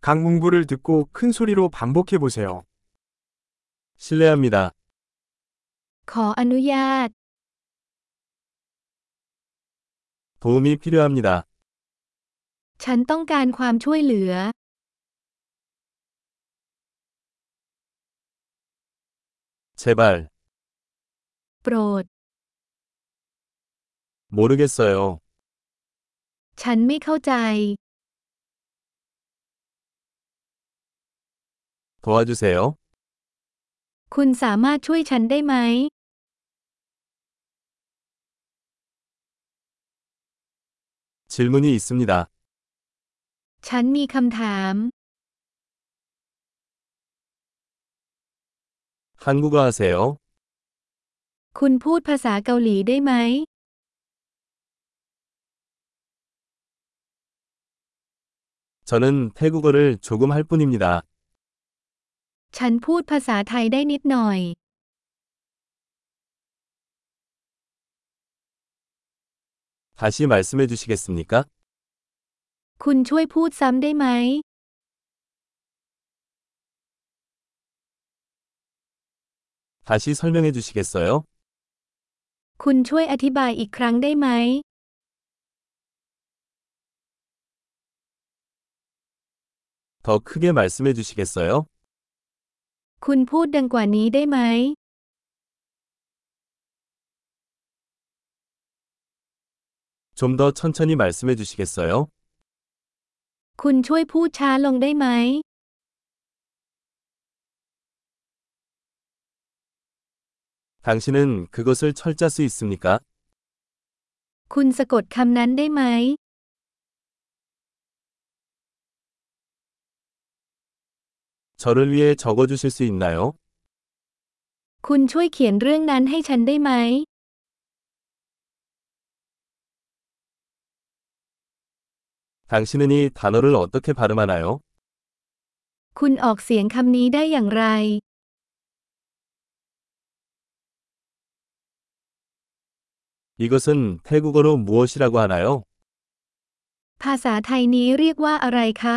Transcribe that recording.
각 문구를 듣고 큰 소리로 반복해 보세요. 실례합니다. ขออนุญาต 도움이 필요합니다. ฉันต้องการความช่วยเหลือ 제발, โปรด 모르겠어요. ฉันไม่เข้าใจ 도와주세요. คุณสามารถช่วยฉันได้ไหม 질문이 있습니다. ฉันมีคำถาม 한국어 하세요? คุณพูดภาษาเกาหลีได้ไหม 저는 태국어를 조금 할 뿐입니다. ฉันพูดภาษาไทยได้นิดหน่อย 다시 말씀해 주시겠습니까? คุณช่วยพูดซ้ำได้ไหม 다시 설명해 주시겠어요? คุณช่วยอธิบายอีกครั้งได้ไหม 더 크게 말씀해 주시겠어요? คุณพูดดังกว่านี้ได้ไหม 좀 더 천천히 말씀해 주시겠어요? คุณช่วยพูดช้าลงได้ไหม 당신은 그것을 철자 수 있습니까? คุณสะกดคำนั้นได้ไหม 저를 위해 적어 주실 수 있나요? คุณช่วยเขียนเรื่องนั้นให้ฉันได้ไหม 당신은 이 단어를 어떻게 발음하나요? คุณออกเสียงคำนี้ได้อย่างไร 이것은 태국어로 무엇이라고 하나요? ภาษาไทยนี้เรียกว่าอะไรคะ